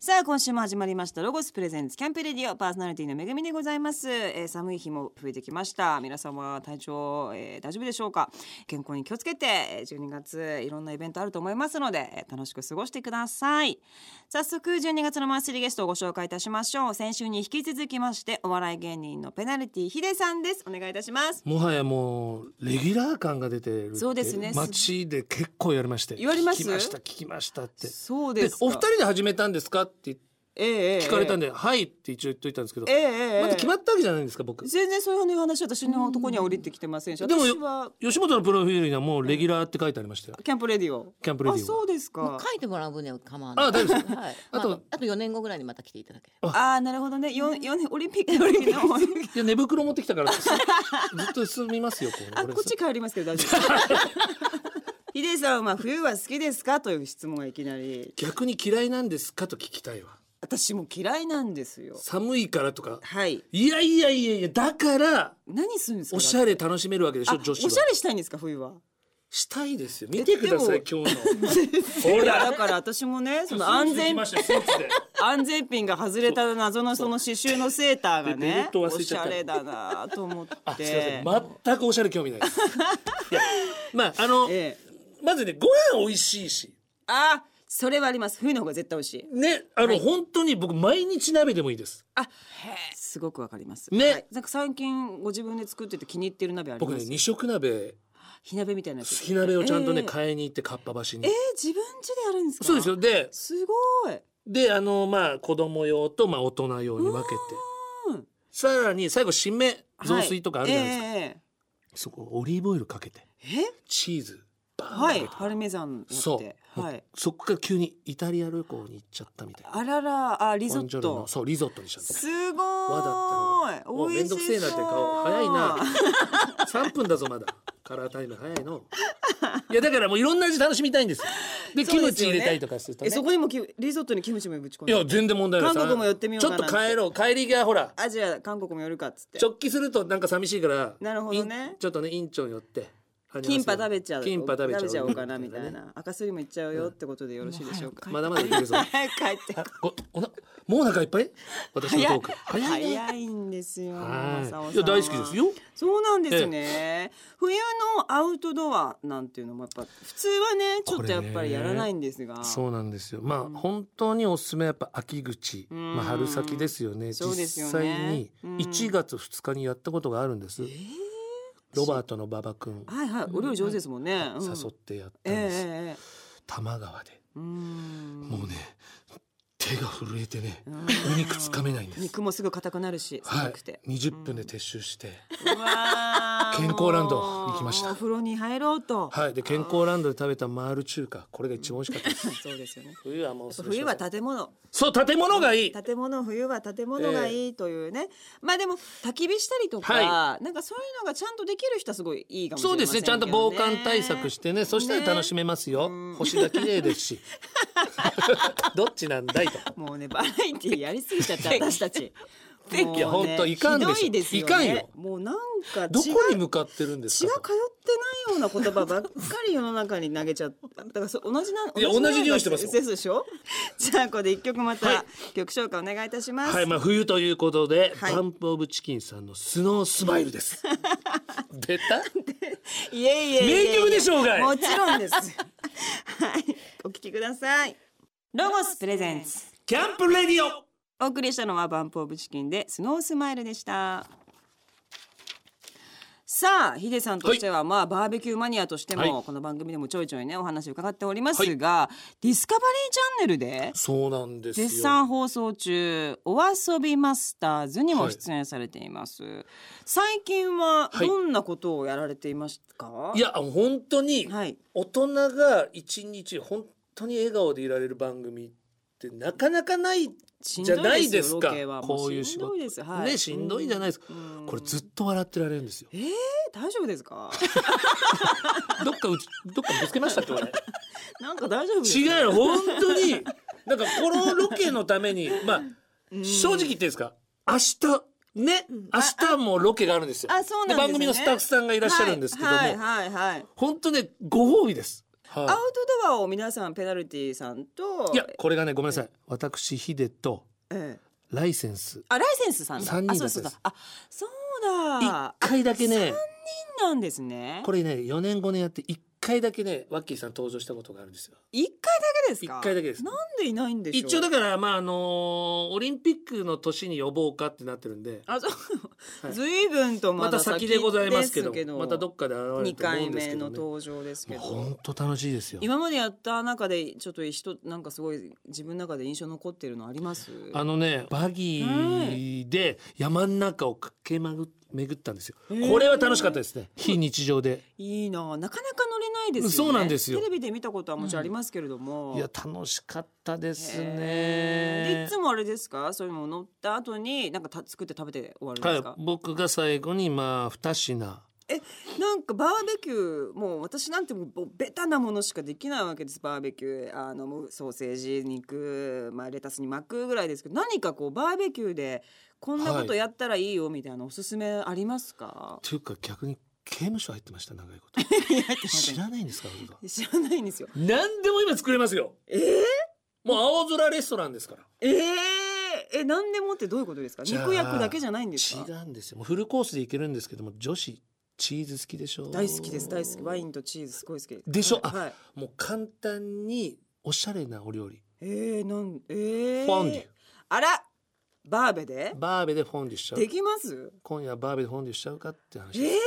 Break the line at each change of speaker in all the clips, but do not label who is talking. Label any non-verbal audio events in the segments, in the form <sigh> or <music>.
さあ今週も始まりましたロゴスプレゼンツキャンプレディオパーソナリティのめぐみでございます、えー寒い日も増えてきました皆様体調、えー大丈夫でしょうか健康に気をつけてえー12月いろんなイベントあると思いますのでえー楽しく過ごしてください早速12月のマンスリーゲストをご紹介いたしましょう先週に引き続きましてお笑い芸人のペナルティヒデさんですお願いいたします
もはやもうレギュラー感が出てるって
そうですね
街で結構言われまして
言われます
聞きました聞きましたって
そう
で
か
お二人で始めたんですかって
ええええ
聞かれたんで「はい」って一応言っといたんですけど、
ええええ
まだ決まったわけじゃないんですか僕
全然そういう話私のとこには降りてきてませんし、
でも
私は
吉本のプロフィールにはもうレギュラーって書いてありましたよ
キャンプレディオ
キャンプレディオ
あそうです
も
か
う書いてもらう分には構わない。
あ大丈夫で
はい。
あ
あ
と
と、あと四年後ぐらいにまた来ていただければ。
ああなるほどね四四年オリンピックの時
<laughs>
の
いや寝袋持ってきたからず <laughs> ずっと進みますよ <laughs> こう
あこっち帰りますけど大丈夫 <laughs> ヒデさんは冬は好きですかという質問がいきなり
逆に嫌いなんですかと聞きたいわ
私も嫌いなんですよ
寒いからとか
はい
いやいやいやいやだから
何するんですか
おしゃれ楽しめるわけでし
あ
ょ女子は
おしゃれしたいんですか冬は
したいですよ見てください
え
今日のほ <laughs>
いや
ら
だから私もねその安全
スーツ着ましたよスーツで
安全ピンが外れた謎のその刺繍のセーターが
でベル
ね
ト
お
忘れ
し
ちゃっ
ゃ
た
れだなと思っ
あ、す
て
みません。全くおしゃれ興味ないです。 <laughs> いや、まああの、
ええ
まずねご飯美味しいし、
あそれはあります冬の方が絶対美味しい
ねあの、本当に僕毎日鍋でもいいです。
あすごくわかります
ね
はいなんか最近ご自分で作ってて気に入ってる鍋あり
僕
ま
ね
す
二色鍋、
火鍋みたいなやつ
火鍋をちゃんとね、
ええ
買いに行ってかっぱ橋に。
えー、自分家でやるんですか
そうですよ。です
ごい
であのまあ子供用とまあ大人用に分けて
うん。
さらに最後締め雑炊とかあるじゃないですか、
はい、え
そこオリーブオイルかけて
ーえーえ
チーズバーンか
は
け
い
て、
パルメザンや
そ
っ
う
て、
もう
はい
そこから急にイタリア旅行に行っちゃったみたいな
あららあリ
リ
ゾット
そうリゾットにしちゃった
すご
和だ
ーい
ったのがもう
美
めん
味
ど
し
くせえなって顔早いな3分だぞまだカラータイム早いのいやだからもういろんな味楽しみたいんですよで
そう
キ
で
ム
す
チ
よね
入れたりとかすると
え
ね
そこにもきリゾットにキムチもぶち込ん
い
で
や全然問題ない
韓国も寄ってみようかな
ちょっと帰ろう帰りがほら
アジア韓国も寄るかっつって
直帰するとなんか寂しいから
なるほどね
インちょっとね院長に寄って
キンパ食べちゃう
キンパ食べちゃう
おうかなみたい
ね
な赤すりもいっちゃうよってことでよろしいでしょうか、
まだまだいけ
<laughs>
るぞ
早く帰って
ごおなもうお腹いっぱい私のトーク早いね
早いんですよ
は
正
い
雄さんはい
や大好きですよ
そうなんですね、冬のアウトドアなんていうのもやっぱ普通はねちょっとやっぱりやらないんですが、
そうなんですよ。まあ、本当におすすめはやっぱ秋口、
ん
まあ春先ですよね。
そうですよ
実際
ね
に1月2日にやったことがあるんです。ロバートの馬場くん
はいはいお料理上手ですもんね、うん
誘ってやった
ええ
んです。
えええ
多摩川で、
えうん
もうね、手が震えてね、お肉つかめないんです。
肉もすぐ硬くなるし
は
寒
い
くて、、
20分で撤収して、
うわー
健康ランド行きました
もうお風呂に入ろうと、
はい、で健康ランドで食べたマール中華、これが一番美味しかったです。
<laughs> そうですよね
冬はもう
冬は建物
そう建物がいい。
建物冬は建物がいいというね、まあでも焚き火したりとか、
は
なんかそういうのがちゃんとできる人はすごいいいかもしれ
そ
ませんけど、ね、
うですねちゃんと防寒対策してねそしたら楽しめますよ、星が綺麗です <laughs> しどっちなんだいと
もうねバラエティーやりすぎち
<laughs>
ゃった私たち
天気は本当いかんでしょ
ひどいですよ、ね、
いかんよ
もうなんか
ど
血
こに
が
向かってるんです
血
か
が通ってないような言葉ばっかり世の中に投げちゃった。だからそ同じな、
いや同じ匂いしてますよ
ですでしょ。じゃあここで一曲ま
は
た曲紹介お願いいたします。
はいまあ冬ということで、
はい
バンプオブチキンさんのスノースマイルです <laughs> ベタ
いえいえいえいえ
名曲でしょうがい
もちろんですはいお聞きくださいロゴスプレゼンツ
キャンプレディオ
お送りしたのはバンプオブチキンでスノースマイルでしたさあヒデさんとしては、まあバーベキューマニアとしても、
はい
この番組でもちょいちょいねお話伺っておりますが、ディスカバリーチャンネルで
そうなんですよ
絶賛放送中お遊びマスターズにも出演されています、最近は
はい
どんなことをやられていますか、
いや本当に
はい
大人が一日本当に笑顔でいられる番組ってなかなかない
しん
じ
ど
ゃないで
よ
す
ロ
か
ケはも
こういう仕
しんど
事
いです、はい、
ねしんどいじゃないですか
うん
これずっと笑ってられるんですよ
えー、大丈夫ですか
どっかうちどっかぶつけましたっけ俺
<laughs> なんか大丈夫です
違うよ本当になんかこのロケのためにまあ正直言っていいですか明日ね明日もロケがあるんですよ
あそうなんですね
番組のスタッフさんがいらっしゃるんですけども、
はいはいはいはい
本当ねご褒美ですはい
アウトドアを皆さんペナルティさんと
いやこれがねごめんなさい私ヒデと
ええ
ライセンス
あライセンスさんだ
三人
あ
だ
そ
そ
そう
ううで
だ
す
あそう
一
だ
回だけね
なんですね
これね4年5年やって一回だけねワッキーさん登場したことがあるんですよ
一回だけです
一
か
回だけです
なんでいないんでしょう
一応だからまああのーオリンピックの年に呼ぼうかってなってるんで
あそう、
はい
ずいぶんとま
ま
だ
た先でございますけど
です
またどっかで現れ
二
ると思う
回
んです
目
け
の
ど、ね、
登場ですけ
もう
ど
本当楽しいですよ
今までやった中でちょっと一なんかすごい自分の中で印象残ってるのあります
あのねバギーで山の中を駆け巡ったんですよ、
へー
これは楽しかったですね非日常で
いいなあなかなか乗れないですよね
そうなんですよ
テレビで見たことはもちろんありますけれども、
いや楽しかったです
へーで
ね
いつもあれですかそういうのを乗った後になんかた作って食べて終わるんで
は
す
い
か、、
僕が最後にまあ二品
なんかバーベキューもう私なんてもうベタなものしかできないわけですバーベキューあのもうソーセージ肉、まあ、レタスに巻くぐらいですけど何かこうバーベキューでこんなこと
はい
やったらいいよみたいなおすすめありますか、
というか逆に刑務所入ってました長い
<laughs>
こと知らないんですか僕が
知らないんですよ
何でも今作れますよ
えー、
もう青空レストランですから
えー、え何でもってどういうことですか
じゃあ
肉焼くだけじゃないんです
違
か
うんですよもうフルコースでいけるんですけども女子チーズ好きでしょ
大好きです大好きワインとチーズすごい好き
でしょあ
はい、
もう簡単におしゃれなお料理
えー、なんえー、
フォンデ
あらバーベで
ュバーベでフォンデュしちゃう
できます
今夜バーベでフォンデュしちゃうかって話
えー、え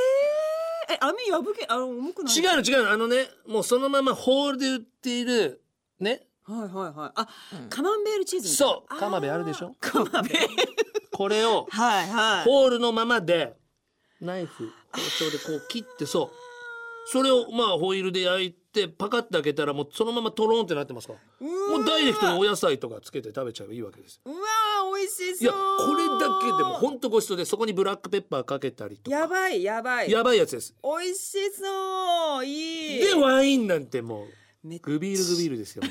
網破けあの重くない
違うの違うのあのねもうそのままホールで売っているね
はいはいはいあ
うん
カマンベールチーズみたいな
そうカマベあるでし
ー
ょ
カマンベール
これを
はいはい
ホールのままでナイフ包丁でこう切ってそうそれをまあホイールで焼いてパカッて開けたらもうそのままトローンってなってますから
う
もうダイレクトに
に
お野菜とかつけて食べちゃえばいいわけですよ
うわー美味しそう
いやこれだけでもほんとごちそうでそこにブラックペッパーかけたりとか
やばいやばい
やばいやつです
美味しそういい
でワインなんてもう
めっ
グビールグビールですよ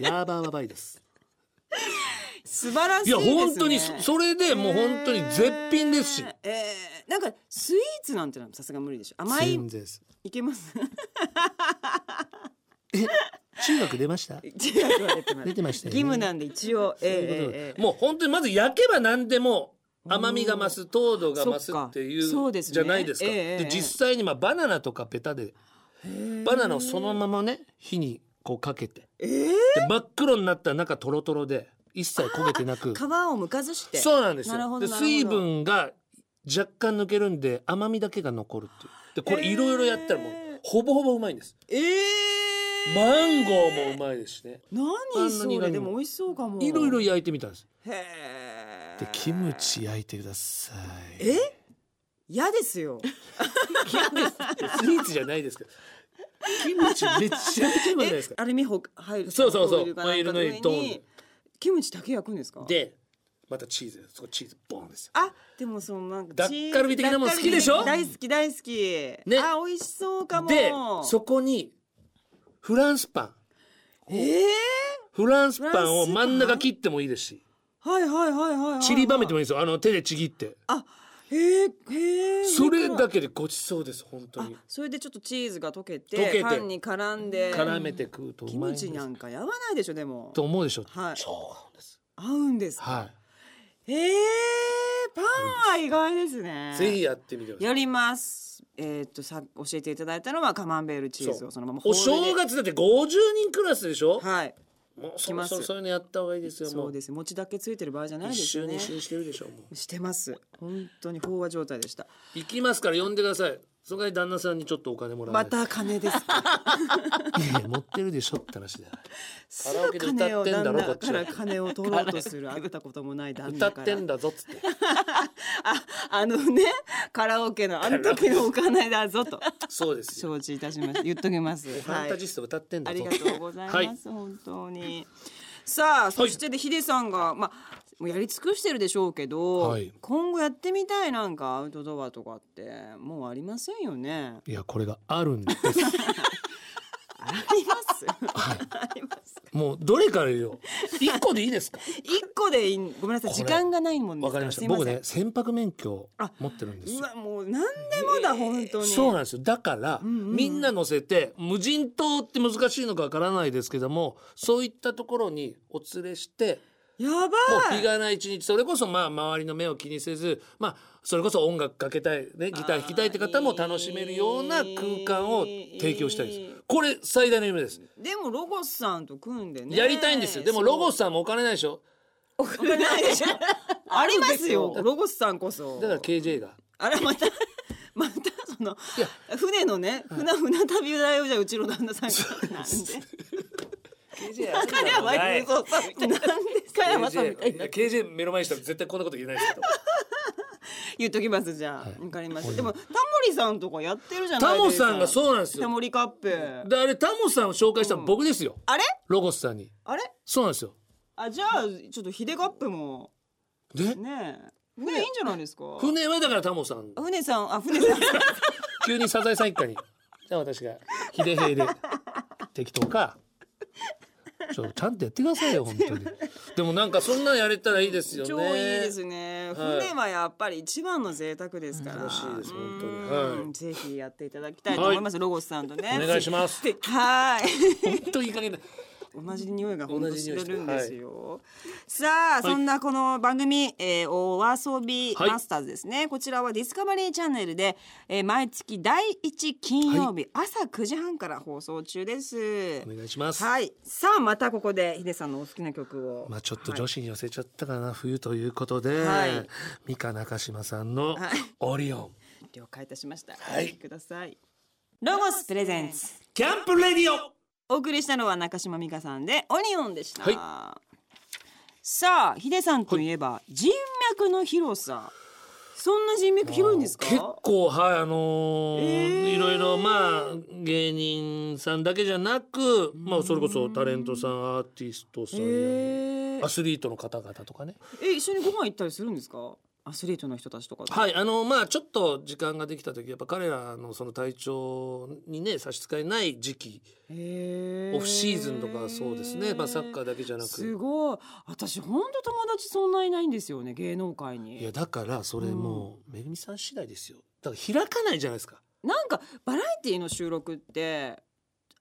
やばいやばいです
素晴らしい
い
で
や
すね
本当にそそれでもう本当に絶品ですし
えーえーなんかスイーツなんてのはさすが無理でしょ甘い
全然です
いけます
中学出ました
<laughs> 違う言われてます
出てましたよ
義
ね
務なんで一応
そういうこ
えー
と
えーえー
もう本当にまず焼けば何でも甘みが増す糖度が増す
そっか
っていう
そうですね
じゃないですか、
ええええ
で実際にまあバナナとかペタでバナナをそのままね火にこうかけて
えー
で真っ黒になったら中トロトロで一切焦げてなく
皮をむかずして
そうなんです
なるほ
よ
ど
で
なるほど
水分が若干抜けるんで甘みだけが残るっていうでこれいろいろやったらもう
へえ
ほぼほぼうまいんです
えー、
マンゴーもうまいですしね
何そ
あん
れ
なに
でも美味しそうかも
いろいろ焼いてみたんです
へー
でキムチ焼いてください <laughs>
え嫌ですよ
スイーツじゃないですけど。キムチめちゃめちゃうまいじゃないです
え
か。
アルミホ入る
そうそうそう
ホイルかなんか
ホイルの上にドーン
上にキムチだけ焼くんですか
で、またチーズ、そこチーズボンですよ。
あでもそのなんか
ダッ
チーズ
カルビ的なもの好きでしょ
ダッカルビ大好き大好き、
ね
あ美味しそうかも
で、そこにフランスパン、
えー、
フランスパンを
フランスパン
真ん中切ってもいいですし、
はいはいはいはいはい
ちりばめて
も
もいいですよ。あの手でちぎって。
あへえへえ
それだ
け
けでごちそうです本当
あ
に。
それでちょっとチーズが溶けて
溶けて
パンに絡んで
絡めて食うとう
キ
ま
ム
いんです
チ。なんかやばないでしょでも
と思うでしょ。
はい
そうなんです。
合うんですか、
は
へえパンは意外ですね
い。ぜひやってみてくださ
や
い。
りますえーっとさ教えていただいたのはカマンベールチーズをそのままホ
お
ールで
正月だって50人クラスでしょ。
はい
もう
き
そ
ま
ろ
す
そろそういうのやった方がいいですよ。も
そう
う
です餅だけついてる場合じゃないで
一
す
週
よね
二週してるでしょもう。
してます本当に飽和状態でした
行きますから呼んでくださいその間に旦那さんにちょっとお金もらわ
ま
ないと
た金ですか
いやいや持ってるでしょって話
<laughs>
だよ
す
カラ
ぐ
オケで
金
歌
を
ってん
旦
だろ
那
こっち
か
は
ら金を取ろうとする会ったこともない旦
歌
那
っ
から
てんだぞっつって
ああのねカラオケのあの時のお金だぞ
<laughs>
と
そうですよ
承知いたしました言っときます
フ
は
ァンタ
い
ジスト歌ってん
あ
だ
り
ぞ
がとうございます、
はい
本当に。さあそしてでヒデさんが、まあもうやり尽くしてるでしょうけど、
はい
今後やってみたいなんかアウトドアとかってもうありませんよね。
いやこれがあるんです
あり
<laughs>
ます。あります。
もうどれから <laughs> よ。一個でいいですか。
一個でいいんごめんなさい
こ
時
れ
間がないもんです
わ
か
かり
ら。
まし
す
た。
いませ
僕
ん
ね、船舶免許
あ
持ってるんです
う
よ。
わもう何でもだ本当に。
そうなんですよ。だから、
んうん
みんな乗せて、無人島って難しいのかわからないですけども。そういったところにお連れして。
や
もう
ば
日
い。
がない一日それこそまあ周りの目を気にせずまあそれこそ音楽かけたいねギター弾きたいって方も楽しめるような空間を提供したい
いい
ですこれ最大の夢です
でもロゴスさんと組んでね。
やりたいんですよでも
<laughs>
ロゴスさんもお金ないでしょ
そうわかんない
<laughs>
でしょ。ありますよ
あるんですよ
ロゴスさんこそ。
だから KJ が
あらまた <laughs> またその
いや
船のね船船旅代をじゃあうちの旦那さんがなんで。加山雄三さん
KJ
みたいな。なんで加山さんみたいな。
KJ 目の前にしたら絶対こんなこと言えない
<laughs>
ですけど
言っときますじゃあ。わ、かりました。でもタモリさんとかやってるじゃな
タ
いで
モ
すか。
さんがそうなんです
タ
よ
モリカップ。
であれタモさんを紹介したの僕ですよ
あれ
ロゴスさんに
あれ
そうなんですよ
あじゃあちょっとヒデカップも
で
ねえねえいいんじゃないですか。
船はだからタモさん
あ船さんあ船さん。
急にサザエさん一家にじゃあ私が秀
<laughs>
平で適当かちょちゃんとやってくださいよ本当にでもなんかそんなんやれたらいいですよね
超いいですね。
はい
船はやっぱり一番の贅沢ですから。
楽しいです本当に
うん
はい
ぜひやっていただきたいと思います、ロゴスさんとね。
お願いします
す。はい。
本当いい加減だ
同じ匂いが本当してるんですよ。さあ、
はい
そんなこの番組、えー、お遊び
はい
マスターズですね、こちらはディスカバリーチャンネルで、えー、毎月第一金曜日、朝9時半から放送中です
お。願いします、
はい、さあまたここでヒデさんのお好きな曲を。
まあちょっと女子に寄せちゃったかな、冬ということで、
はい
三香中島さんの
はい
オリオン
了解いたしました。
はい
お聴きください。ロゴスプレゼンツ。
キャンプレディオ
お送りしたのは中島美香さんでオニオンでした。
は
さあ、ヒデさんといえば、人脈の広さ。そんな人脈広いんですか。
結構はいあのー
えー
いろいろまあ芸人さんだけじゃなくまあそれこそタレントさんアーティストさんや、
え
アスリートの方々とかね
え、一緒にご飯行ったりするんですか。アスリートの人たちとかと。
はいあのまあちょっと時間ができた時やっぱ彼らのその体調にね差し支えない時期
へー
オフシーズンとかそうですね、まあ、サッカーだけじゃな
す
く
ごい。私本当友達そんないないんですよね、芸能界
い
に
や。だからそれもうめぐみさん次第ですよだから開かないじゃないですか
なんかバラエティの収録って。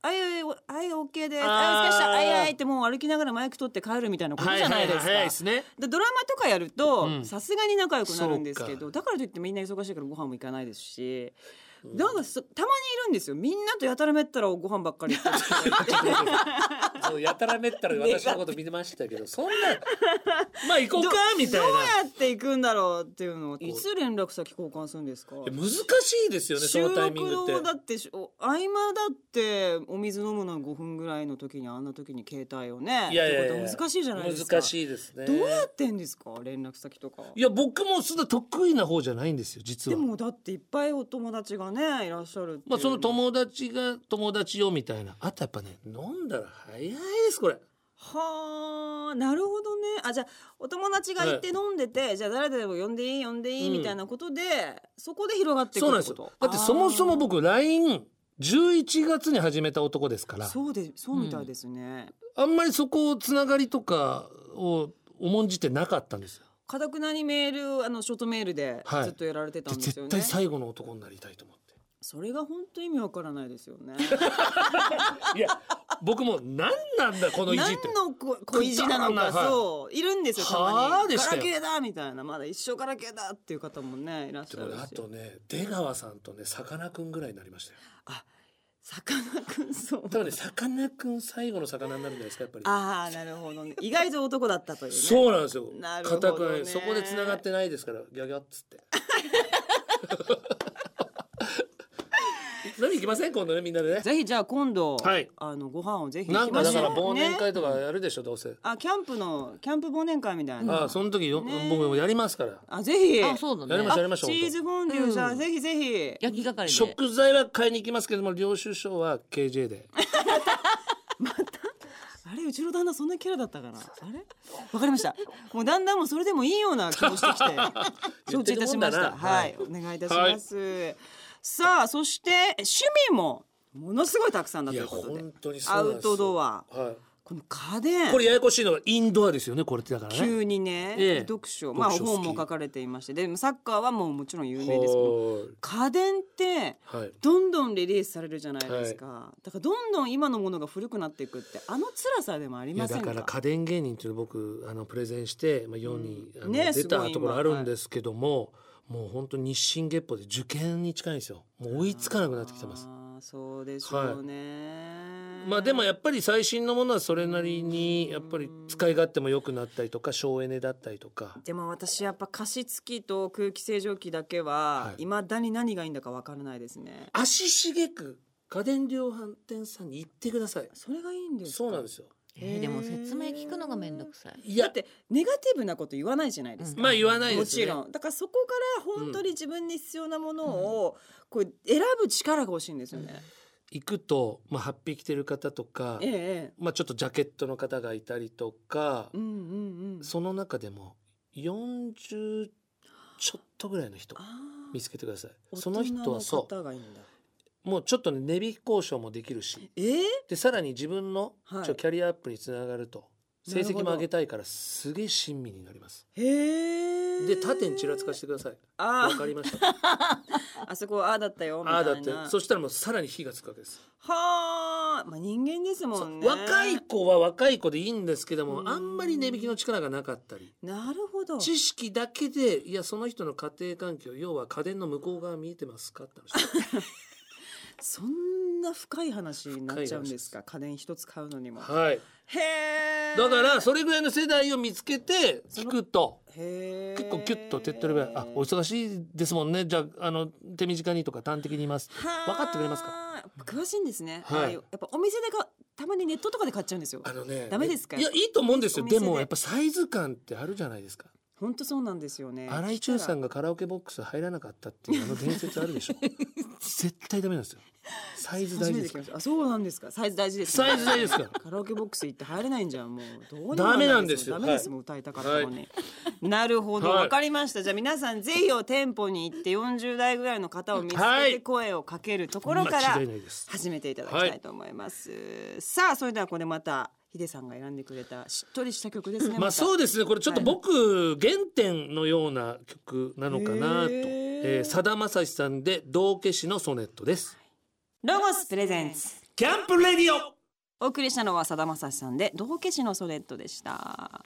あいあいおあいオッケーです。
あー
あいお疲れっしたあいあいってもう歩きながらマイク取って帰るみたいなことじゃないですか。
早いですね
でドラマとかやると
うん
さすがに仲良くなるんですけ
そ
ど、
う
だからといってみんな忙しいからご飯も行かないですし、なんかそたまにいるんですよみんなとやたらめったらご飯ばっかり行ってる人
そうやたらめったら私のこと見てましたけどそんな <laughs> まあ <laughs> 行こうかみたいな
どうやって行くんだろうっていうのをいつ連絡先交換するんですか
いや難しいですよねそ
収
の
録
タイミングって
のだってしお合間だってお水飲むのは5分ぐらいの時にあんな時に携帯をね
いや
っ
いやい
てこ
や
とは難しいじゃないですか
難しいですね
どうやってんですか連絡先とか
いや僕もそんな得意な方じゃないんですよ実
で
は。
もだっていっぱいお友達がねいらっしゃるっていう
まあその友達が友達よみたいなあとやっぱね飲んだら早いですこれ
はあなるほどねあじゃあお友達が行って飲んでて、じゃあ誰々も呼んでいい呼んでいい、
うん
みたいなことでそこで広がっていく
そうなん
っ
で
て
す
こと
よだってそもそも
あ
僕 LINE11 月に始めた男ですか
ー
ら
そうでそうみたいですね、
あんまりそこをつながりとかを重んじてなかったんですよ
かたくなにメールあのショートメールで
はい
ずっとやられてた
で
んですよ
絶
ね、
対最後の男になりたいと思って
それが本当意味わからないですよ
<laughs>
ね
いや僕も何なんだこの意地
何
って
のこ小意地なのか
<laughs> くだらないはい
そういるんですよた
は
ま
あ
に
でし
ガ
た
ラ
よ
ケーだみたいなまだ一生ガラケーだっていう方もねいらっし
で
ゃ
も
る
ねあ
し
とね出川さんとねさかなクンぐらいになり
<laughs>
ましたよ
さかなクン
<laughs>
そう
多分ねさかなクン最後の魚になるんじゃないですかやっぱり
ああなるほどね意外と男だったというね
そうなんですよ。
なるほどね
固くない。そこで繋がってないですから、ギャギャっ
<laughs>
つって。飲み行きません今度ねみんなでね。
ぜひじゃあ今度、
はい
あのご飯をぜひ
な
行
ん
き
か
ま
だ
しょ
か
う
ら忘年
ね、
会とかやるでしょどうせ。
あキャンプのキャンプ忘年会みたいな
あその時よ
ね
僕もやりますから。
あぜひ
あ、そうだ
やり
ね
まし。ょう
あ
やりましょう
チー
本当
ズフォンデューじゃあ、
うん
ぜひぜひ
焼き係で。
食材は買いに行きますけども領収書は KJ で。
あれうちの旦那そんなキャラだったかなあれわかりましたもうだんだんもうそれでもいいような気もしてき
<laughs>
て承知いたしました
言ってるもんだな
はい、お願いいたします、さあそして趣味もものすごいたくさんだ
い
とい
や
うことで
本当にそう
ア
なんですよ
ウトドア
は
この家電
い、これややこしいのがインドアですよねこれってだからね
急にね、
ええ
読書まあ
読書好き
本も書かれていましてでサッカーはもうもちろん有名ですけど
は
家電って
いはい
どんどんリリースされるじゃないですか、だからどんどん今のものが古くなっていくってあの辛さでもあり
いや
ませ
だ
んか
から家電芸人っていうの僕あのプレゼンして、まあ、世に、
うん
あの
ね
出
すご
た
い
ところ
今
あるんですけども、もう本当日進月歩で受験に近いんですよもう追いつかなくなってきてます
あーそうでしょうね、
まあでもやっぱり最新のものはそれなりにやっぱり使い勝手も良くなったりとか省エネだったりとか
でも私やっぱ加湿器と空気清浄機だけは
はい
未だに何がいいんだか分からないですね、
足しげく家電量販店さんに行ってください
それがいいんですか
そうなんですよ
えーでも説明聞くのがめんどくさい。
い
だ
や
ってネガティブなこと言わないじゃないですか、
まあ言わない
も
ですね
ちろんだからそこから本当に自分に必要なものをこう選ぶ力が欲しいんですよね。
行くと、まあ、ハッピー着てる方とか、
ええ、
まあ、ちょっとジャケットの方がいたりとか、
うんうんうん。
その中でも40ちょっとぐらいの人
あー
見つけてください
大人
その人はそ
の方がいいんだ。
うもうちょっとね値引き交渉もできるし
ええ
でさらに自分のち
はい
ょキャリアアップにつながると
なる
成
ほど
績も上げたいからすげえ親身になります
へえ。
で他店ちらつかしてくだ
<laughs>
さい
あ
わ
ー
かりましたあ
<laughs> あそこああだったよみた
あ
いな。
だってそしたらもうさらに火がつくわけです
はあ、まあ人間ですも
そ
ん
う
ね。
若い子は若い子でいいんですけど
う
も
ん
あんまり値引きの力がなかったり
なるほど。
知識だけでいやその人の家庭環境要は家電の向こう側見えてますかって話
<laughs> そんな深い話になっちゃうんですか。家電一つ買うのにも。
はい
へえ。
だからそれぐらいの世代を見つけて聞くと
へえ。
結構キュッと手っ取り早い「あお忙しいですもんねじゃああの手短に」とか「端的に言います」
はー
分かってくれますか
詳しいんですね、
はい
ああうやっぱお店でかたまにネットとかで買っちゃうんですよ
あのね
ダメですか
いやいいと思うんですよ
お店
で
で
もやっぱサイズ感ってあるじゃないですか
本当そうなんですよね
新井中さん
が
がカラオケボックス入らなかったっていうあの伝説ある
<laughs>
でしょ絶対ダメなんですよサイズ大
初
事
め
で
て聞き
すか
ましたあそうなんですかサイズ大事ですね
サイズ大
<laughs>
事ですから <laughs>
カラオケボックス行って入れないんじゃんもうどうにも
ダメなんですよ
ダメです
はい
もう歌いたかったのに、なるほど
はい
わかりましたじゃあ皆さんぜひを店舗に行って40代ぐらいの方を見つ
は
けて
い
声をかけるところから
間違いないです
始めていただきたいと思います、さあそれではこれまたヒデさんが選んでくれたしっとりした曲ですね
まあ
た
そうですねこれちょっと僕原点のような曲なのかなと
へー
えーさだまさしさんで「道化師のソネット」です
ロゴスプレゼンツ
キャンプレディオ
お送りしたのはさだまさしさんで道化師のソレットでした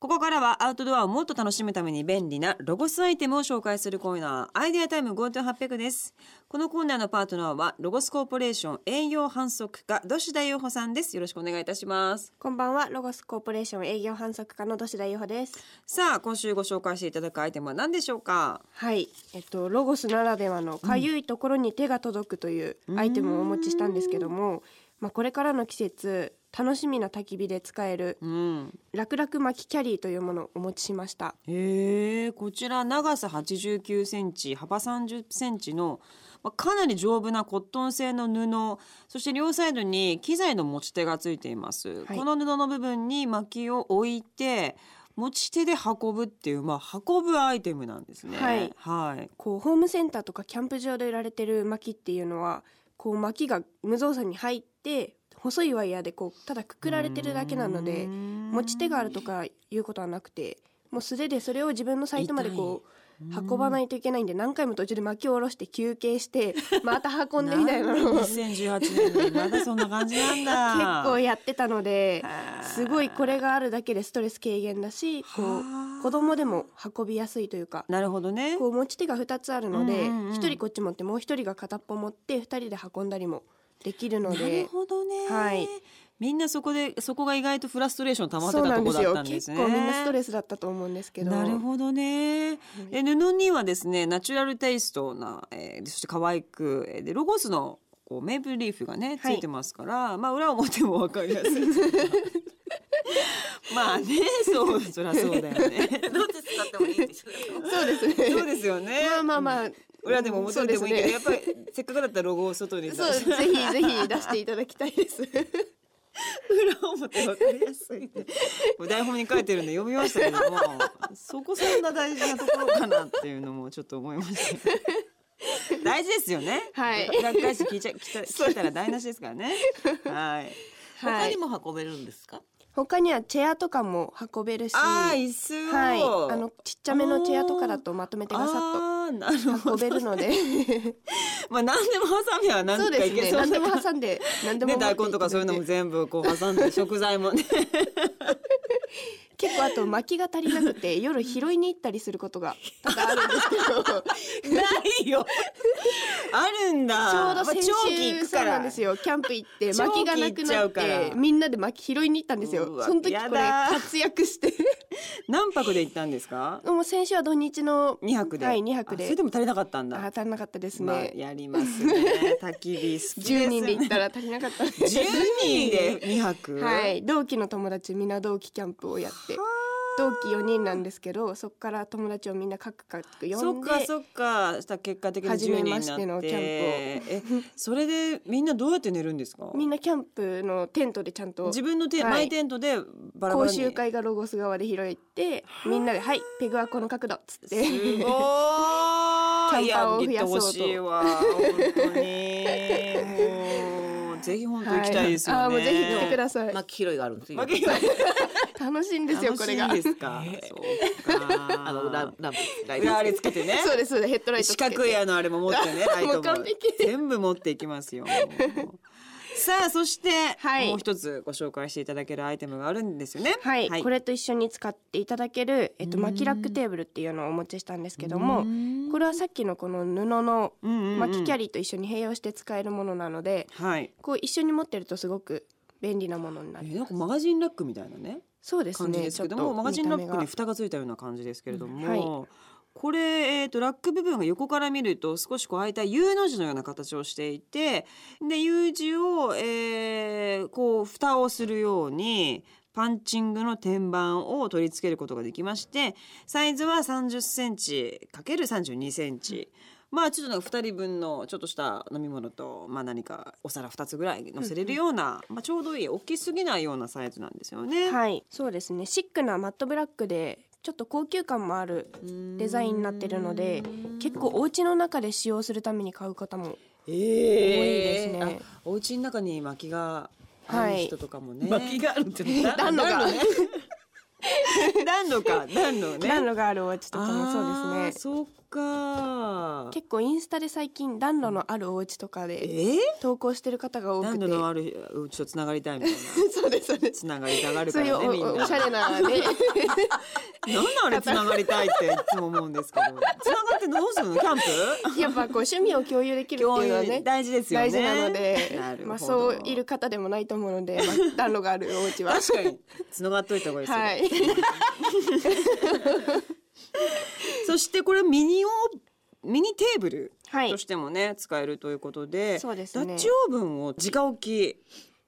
ここからはアウトドアをもっと楽しむために便利なロゴスアイテムを紹介するコーナーアイデアタイム GoTo800 ですこのコーナーのパートナーはロゴスコーポレーション営業販促課土師田優穂さんですよろしくお願いいたします
こんばんは、ロゴスコーポレーション営業販促課の土田優穂です。
さあ今週ご紹介していただくアイテムは何でしょうか
はい、えっとロゴスならではのかゆいところに手が届くというアイテムをお持ちしたんですけども、まあこれからの季節楽しみな焚き火で使える
うん
楽々巻きキャリーというものをお持ちしました。
へえこちら長さ8 9センチ幅3 0ンチの、まあ、かなり丈夫なコットン製の布そして両サイドに機材の持ち手がついています、
はい
この布の部分に薪を置いて持ち手で運ぶっていう、まあ、運ぶアイテムなんですね。
はい
はい、
こうホームセンターとかキャンプ場で売られてる薪っていうのは、こう薪が無造作に入って細いワイヤーでこうただくくられてるだけなので。持
持
ち手があるとかいうことはなくてもう素手でそれを自分のサイトまでこう運ばないいといけないんで何回も途中で巻き下ろして休
<laughs>
憩してまた運んでみたいなのを結
2018年にまだそんな感じなん
<laughs>
だ
構やってたの
へ
で
ー
すごいこれがあるだけでストレス軽減だしこ
はあ
う子供でも運びやすいというか
なるほどね
こう持ち手が2つあるので
うんうんうん
1人こっち持ってもう1人が片っぽ持って2人で運んだりもできるの
なる
で。
ほどね。
はい
みんなそこでそこが意外とフラストレーション溜まって
そう
た
な
と
んで
こだっ
すよ
たんです
結
ね。
構みんなストレスだったと思うんですけど
なるほどね。で布にはですねナチュラルテイストな、えーそして可愛くえーでロゴスのこうメープルリーフがねつ
はい
いてますから、まあ裏表も分かりやすい。
<laughs>
まあねそうそりゃそう
<laughs>
だよね。どうですかってもいいです
そうですね
そうですよね。
まあまあまあ、
裏でも表でもいいけど、
そう
やっぱりせっかくだったらロゴを外に出し
そうぜひぜひ出していただきたいです。 <laughs>
裏表分かりやすいね台本に書いてるんで読みましたけども
<laughs>
そこそんな大事なところかなっていうのもちょっと思いました大事ですよね。
はい
学会誌聞いちゃ聞いた聞いたら台無しですからね。 <laughs> はい。
は
他
い
にも運べるんですか。
他にはチェアとかも運べるし
ああ
はい
椅子を。
あのちっちゃめのチェアとかだとまとめてガサッ
ああなる
と
ほ
運べ
ど。
る
<laughs>
ので
まあ何でもハサミは何
そう
と
で
かい
す
け
ね
そう <laughs>
何
だ
でも
から
挟んで何でも
ね
持って
大根とかそういうのも全部こう挟んで食材
<laughs>
もね。
結構あと薪が足りなくて夜拾いに行ったりす
<laughs>
ることが多々あるんですけどちょ
ない
<laughs>
よ。あるんだ。
うど先
まあ長期行
週
く
そ
か
うなん
ら
で。すよキャンプ行って薪がなく
長期行っちゃ
な
う
っ
から
てみんなで薪拾いに行ったんです
う
よ
わ
その時
や
これ
だ
活躍して
<laughs> 何泊で行ったんですか。
もう先週は土日の
二泊で。
はい2泊
あ
で
それでも足りなかったんだ。
あ足りなかったです
まあ
ね、
やります
<laughs>
ね。焚き火好きすね
10人で行ったら足りなかっ
<laughs>
たんで
10人で2泊
はい、同期の友達みんな同期キャンプをやって同期4人なんですけどそこから友達をみんなカクカク呼
そ
ん
っ
で
かそっかした結果的に10人になっ
初めまして
て
のキャンプ
え
を
それでみんなどうやって寝るんですか
みんなキャンプのテントでちゃんと
自分のテン、
はい
マイテントでバラバ
講
ラに
習会がロゴス側で開いてみんなで「はいペグはこの角度」っつっ
すご
て
ーい
キャンパーを増
いや
やそ
行ってほ
うと
しいわ本
<laughs>
当にもうぜひ本当行きたいですよね、
はい、あーもうぜひ来てください、
まあ、黄色いがあるんですよ。
負けない
楽しいんですよこれが
楽しいですかそうか
あの、ラ、ラブ。
裏あれつけてね
そうですそうですヘッドライト
四
つけて
角いあのあれも持ってねライ
<laughs> も
ト
う
も
完璧
全部持っていきますよ
<laughs>
さあそして、
はい
もう一つご紹介していただけるアイテムがあるんですよね
はい、こ
れ
れと一緒に使っていただける、えっと、
うん
マキラックテーブルっていうのをお持ちしたんですけどもこれはさっきのこの布の巻きキャ
リ
リーと一緒に併用して使えるものなので
ーはい
こう一緒に持ってるとすごく便利なものにな
え
る
なんかマガジンラックみたいなね
そうです
感じ
ね
です
ち
け
ょっ
ども、
と
マガジンラ
見
ッ
た
ク
目
に
が
蓋がついたような感じですけれども、
は
これ、えー、とラック部分が横から見ると少しこう開いた U の字のような形をしていてで U 字を、えーこう蓋をするようにパンチングの天板を取り付けることができましてサイズは30センチ ×32 センチ。まあちょっとなんか2人分のちょっとした飲み物と、まあ、何かお皿2つぐらい乗せれるような、まあ、ちょうどいい大きすぎないようなサイズなんですよね。
はいそうですねシックなマットブラックでちょっと高級感もあるデザインになってるので結構お家の中で使用するために買う
<laughs>
方も
え
多いですね
あお家の中に薪がある人とかもね。
巻きがあるって。
暖炉が
ね暖炉か暖炉ね。
暖炉があるお家とかもそう
あ
で
ー
すね
そっか。
結構インスタで最近暖炉のあるお家とか
え
で
ー、
投稿してる方が多く
暖
て
炉のあるうちとつながりたいみたいな。
<laughs> そうですそうです
つながりたがるか
そう
らね
いう
みん
おお
な。
おしゃ
なん
れなね
であれつながりたいっていつも思うんですけど。つながってどうするのキ
<laughs>
ャンプ？
やっぱこう趣味を共有できるっていうのは
今
ね
日大事ですよね。
大事なので
なるほど
まあそういる方でもないと思うので、
<laughs>
まあ、暖炉があるお家は
確かにつながっといた方がいいですよ。
はい
そしてこれミニオミニテーブル
はい <laughs>
としてもね、使えるということで
そうです
ダ
ね
ッチオーブンを直置きへ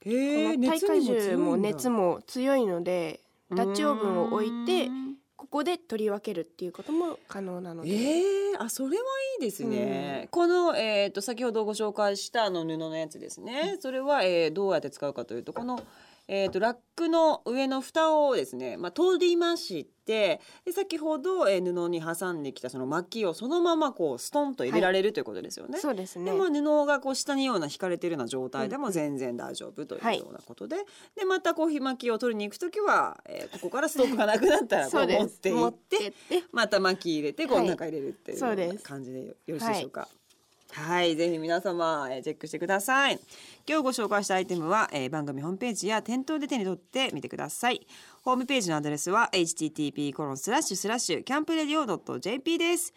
え
この耐
熱
荷
にも強い
重
んだ
も熱も強いので
うーん
ダッチオーブンを置いてここで取り分けるっていうことも可能なので、
ええあそれはいいですね、この、えー、と先ほどご紹介したあの布のやつですね、それは、えーどうやって使うかというとこの、えー、とラックの上の蓋をですね、まあ、通りましてで先ほど、えー布に挟んできたその巻きをそのままこうストンと入れられるということですよね。
そうですね
でまあ布がこう下にような引かれてるような状態でも全然大丈夫というようなことで、でまたこう火巻きを取りに行くときは、えーここからストックがなくなったらこ
<laughs> そううです
持ってい
持
っ
って
て
って
また巻き入れてこう
はい
中入れるっていう
そうです
ような感じでよろしいでしょうか。はい、ぜひ皆様、えーチェックしてください。今日ご紹介したアイテムは、えー番組ホームページや店頭で手に取ってみてください。ホームページのアドレスは http コロンスラッシュスラッシュキャンプレディオドット jp です。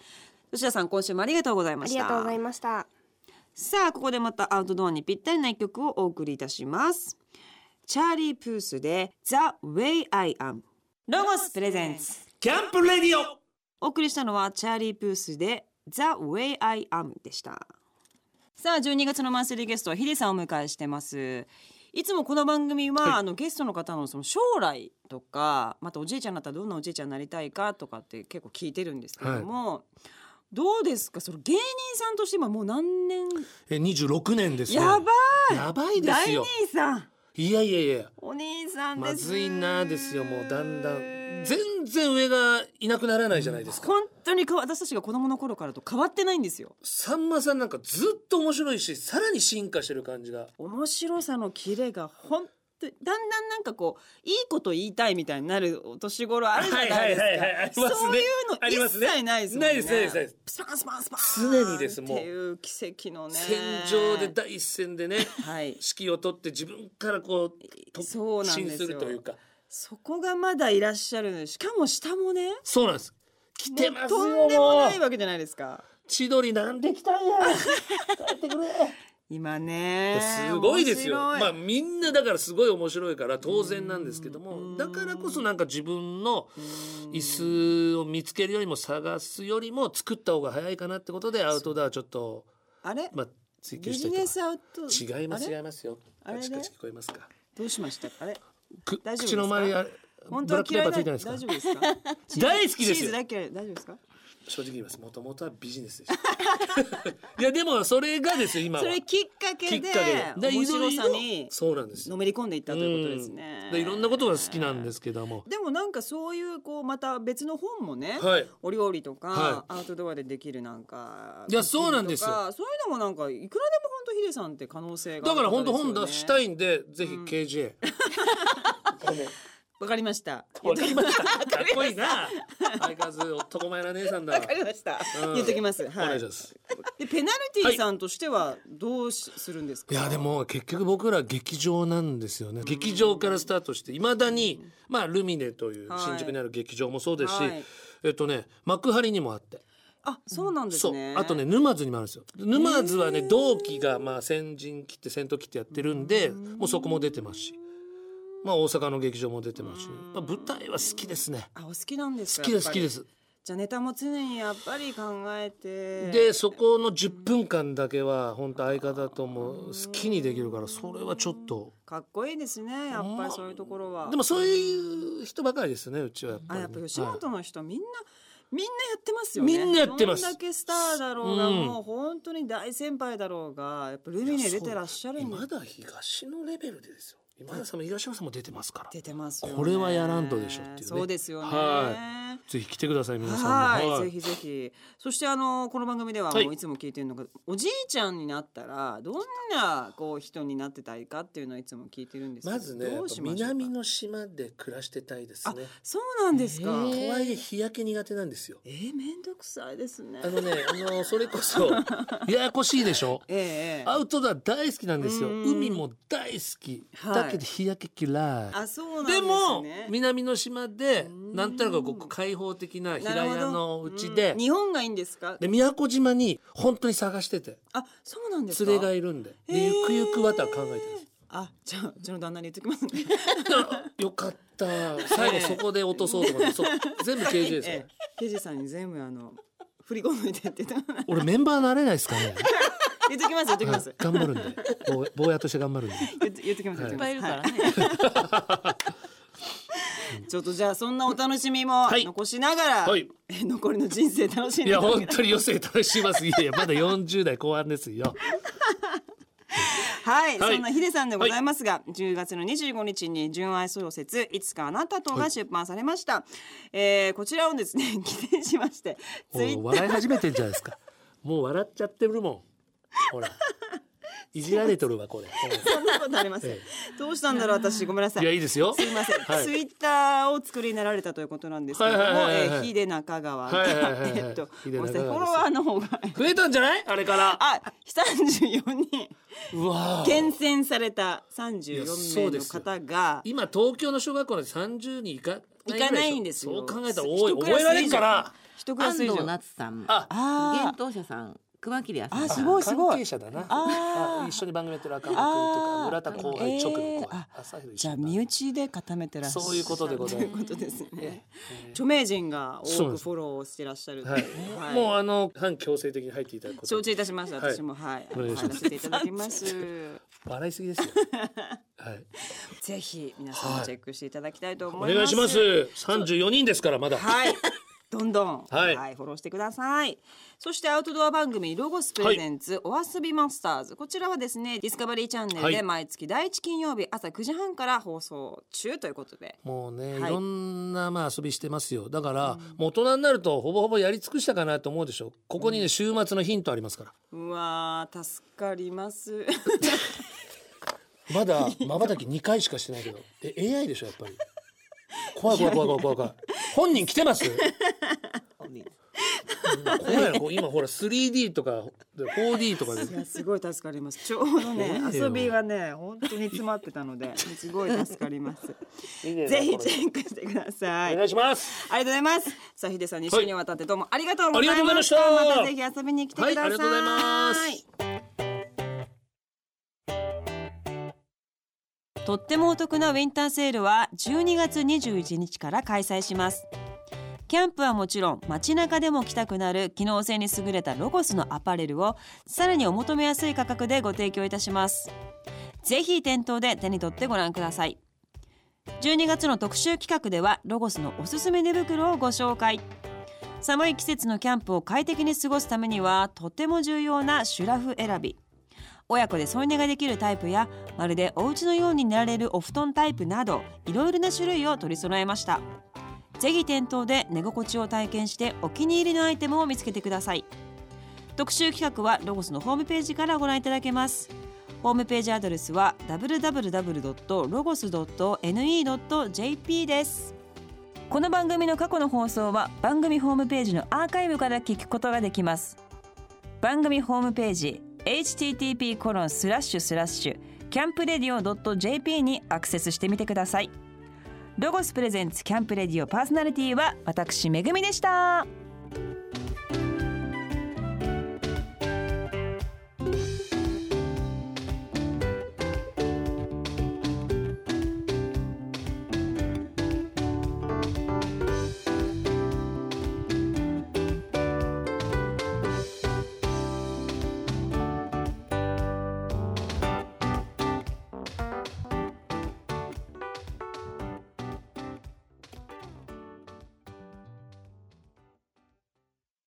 吉田さん今週もありがとうござい
あ
まし
り
た。
がとうございました
さあここでまたアウトドアにぴったりな一曲をお送りいたしますチャーリー・プースで The Way I Am ロゴスプレゼンツ
キャンプレディオ
お送りしたのはチャーリー・プースで The Way I Am でしたさあ12月のマンスリーゲストはヒデさんをお迎えしてますいつもこの番組は、
はい
あのゲストの方のその将来とかまたおじいちゃんになったらどんなおじいちゃんになりたいかとかって結構聞いてるんですけども、どうですかその芸人さんとして今もう何年
え26年ですよ
やば
やばい
い
です
大
よ
兄さん
いやいやいや
お兄さんです
まずいなですよもうだんだん
え
全然上がいなくならないじゃないですか。
本当にかわ私たちが子供の頃からと変わってないんですよ
さんまさんなんかずっと面白いし、さらに進化してる感じが。
面白さのキレが本当にだんだんなんかこういいこと言いたいみたいになるお年頃あるじゃないですか、
はいはいはいはいありますね
そう
あ
い
り
うの
ま
一
すね
切ないですもんね
ないですないですないです
スパンスパンスパン
常にですもう
っていう奇跡のね
戦場で第一線でね、
はい
指揮を取って自分からこう
そう
突
なん
進
です
す
よ
るというか。
そこがまだいらっしゃるしかも下もね
そうなんです。来てますよ
もう
も。
とんでもないうわけじゃないですか
千鳥なんで来たんや。帰ってくれ。
今ね
すごいですよ。
面白い
まあみんなだからすごい面白いから当然なんですけど
うん
も、だからこそなんか自分の椅子を見つけるよりも探すよりも作った方が早いかなってことでアウトドアちょっと
あれ
まあ追求
ビ
した
ジ
り
ネ
と
スアウト
か。違います
あ
違
れ
いますよ。
あれ
カ
ね
チカチ聞こえますか。
どうしましたあれ
く
大丈夫ですか
口の周りあれ
本
ブ
当
ラ
は
ックペ
嫌
ーパ
い
ーつ
だ
いて
大。丈夫ですか
<laughs> ないですか大好き
チ
で
ーズ
すよ。
大嫌い大丈夫ですか
正直言います。もともとはビジネスでした。 <laughs> いやでもそれがですよ今は
それきっか
き
け
っ
で
かけで
面白さ
いろい
に
ろそうなんですよ
のめり込んでいったということです
う
ね
んでいろんなことが好きなんですけども。
でもなんかそういうこうまた別の本もね、
はい
お料理とか、
は
アウトドアでできるなんか
いやそうなんですよ
クッキングとかそういうのもなんかいくらでも本当ヒデさんって可能性が
だから本当本出した
い
いんで、ぜひ KJ。
<laughs> わかりました
わかりました。かっこいいな。相変わらず男前な姉さんだわ
わか。りました、
うん
言っときます
お
は
願
い
いします。
でペナルティーさんとしてはどうしするんですか
いやでも結局僕ら劇場なんですよね、劇場からスタートしていまだに、まあ、ルミネという
はい
新宿にある劇場もそうですし、
はい
えっとね幕張にもあって、
あそうなんです
そう
ね
あとね沼津にもあるんですよ沼津はね同期がまあ先陣切って先頭切ってやってるんでもうそこも出てますし、まあ、大阪の劇場も出てますし、まあ、舞台は好きですね
あお好きなんですか
好きです好きですす
じゃあネタも常にやっぱり考えて
でそこの10分間だけは本当相方とも好きにできるからそれはちょっと。
かっこいいですねやっぱりそういうところは
でもそういう人ばかりですねうちはやっぱ
あ
りね、
やっぱ吉
はい
本の人、みんなみんなやってますよね
みんなやってます
どんだけスターだろうが、
うん
もう本当に大先輩だろうがやっぱルミネ出てらっしゃるんで
今だ東のレベルでですよ今田さんも東野さんも出てますから
出てますよね
これはやらんとでしょっていうね
そうですよね
はぜひ来てください皆さんも
はい、
は
ぜ
い
ひぜひそしてあのこの番組ではも
はいう
いつも聞いてるのが、おじいちゃんになったらどんなこう人になってたいかっていうのをいつも聞いてるんですけど
まずね
ど
やっ
う
ぱ
しましょうか
南の島で暮らしてたいです
あ
ね
そうなんですか
と
え
はいえ日焼け苦手なんですよ
ー、めんどくさいですね
あのねあのそれ
<laughs>
こそややこしいでしょ
ええええ
アウトドア大好きなんですよ
うん
海も大好き
はい
だけど日焼け嫌い、
あそうなんで
ですも
ね
南の島で
うん
なんとなくこう開放的な平
なるほ
屋
ど
のうちで
ん日本がいいんですか
で宮古島に本当に探してて
あそうなんですか
連れがいるんでで
へー
ゆくゆくはとは考えてます <laughs>
あじゃあうちの旦那に言っときますね
よかった最後そこで落とそうと思ってそう全部 KJ ですから
ええケイジさんに全部あの振り込んでてって言って
俺メンバーなれないですかね
言っときます言っときます
はい頑張るんで坊坊やとして頑張るんで
言っと言っときます言っ
は
と
い
い
き
っ
ま
ぱ
す
いいるから
は
ね。
いちょっとじゃあそんなお楽しみも
はい
残しながら、
はい
え残りの人生楽しん
い
で
や本当に余生楽しみますいやいやまだ40代後半ですよ
はい、
はい
そんなヒデさんでございますが、10月の25日に純愛小説いつかあなたとが出版されました、えーこちらをですね <laughs> 記念しましてツイ
もう笑い始めてんじゃないですかもう笑っちゃってるもんほらいじられとるわこれ
そんなことありません
え
どうしたんだろう私ごめんなさ
いや
い
いいですよ
すいません、
はい
ツイッターを作りになられたということなんですけれども、
はいはいはいはい
えーヒデ中川が、
はいはいはいはい
えっと
ヒデ
ごめんなさい
中川です
フォロワーの方が
増えたんじゃないあれから
あ34人
うわー
厳選された
いやそう
34名
で
の
すよ
方が
今東京の小学校なんて30人いかないぐ
行か
らいでしょ
ないんですよ
そう考えたら多い
一クラス
覚えられんから
一クラ
安
ス以上
藤夏さん、
あ
あ
幻
ー
冬舎さん、熊切あさん。
あすごい
関係者だな
あー
あ一緒に番組やってる赤間君と
あー
か村田後輩直
え
の
ー
後輩
あ
朝昼
じゃあ身内で固めてらっしゃる
そういうことでございます
ということですね著名人が
そう
多
で
く
す
フォローしてらっしゃる
はい、
はい
もうあの反強制的に入っていただくこと
承知いたしました。
はい
私もはい、
お願
お
いしま
話し
す
させていただきます。
笑いすぎですよはい
ぜひ皆さんもチェックしていただきたいと思
お
い
願
ま
い
す。
します34人ですからまだ
はい。どんどん、
はい
フォローしてくださいそしてアウトドア番組ロゴスプレゼンツ、お遊びマスターズこちらはですねディスカバリーチャンネル
は
で
い
毎月第一金曜日朝9時半から放送中ということで、
もうね、
はい
い、ろんなまあ遊びしてますよだから、もう大人になるとほぼほぼやり尽くしたかなと思うでしょここにね週末のヒントありますから
うわー助かります
まだまばたき2回しかしてないけどえ AI でしょやっぱり怖い怖い怖い怖い怖い怖い本人来てます怖いなこう今ほら 3D とか 4D とかで
いやすごい助かります <laughs> ちょうどね
怖いよ
遊びがね本当に詰まってたのですごい助かり
<laughs>
ますぜ
ぜ
ひチェックしてください
お願いします
ありがとうございます。さあ、ヒデさん、2週にわたってどうもありがとうございました。
ありがとうございました
またぜひ遊びに来てください。
はいありがとうございます
とってもお得なウィンターセールは12月21日から開催します。キャンプはもちろん街中でも着たくなる機能性に優れたロゴスのアパレルをさらにお求めやすい価格でご提供いたします。ぜひ店頭で手に取ってご覧ください。12月の特集企画ではロゴスのおすすめ寝袋をご紹介寒い季節のキャンプを快適に過ごすためにはとても重要なシュラフ選び親子で添い寝ができるタイプやまるでお家のように寝られるお布団タイプなどいろいろな種類を取り揃えましたぜひ店頭で寝心地を体験してお気に入りのアイテムを見つけてください特集企画はロゴスのホームページからご覧いただけますホームページアドレスは www.logos.ne.jp ですこの番組の過去の放送は番組ホームページのアーカイブから聞くことができます番組ホームページ http コロンスラッシュスラッシュキャンプレディオ .jp にアクセスしてみてくださいロゴスプレゼンツキャンプレディオパーソナリティは私めぐみでした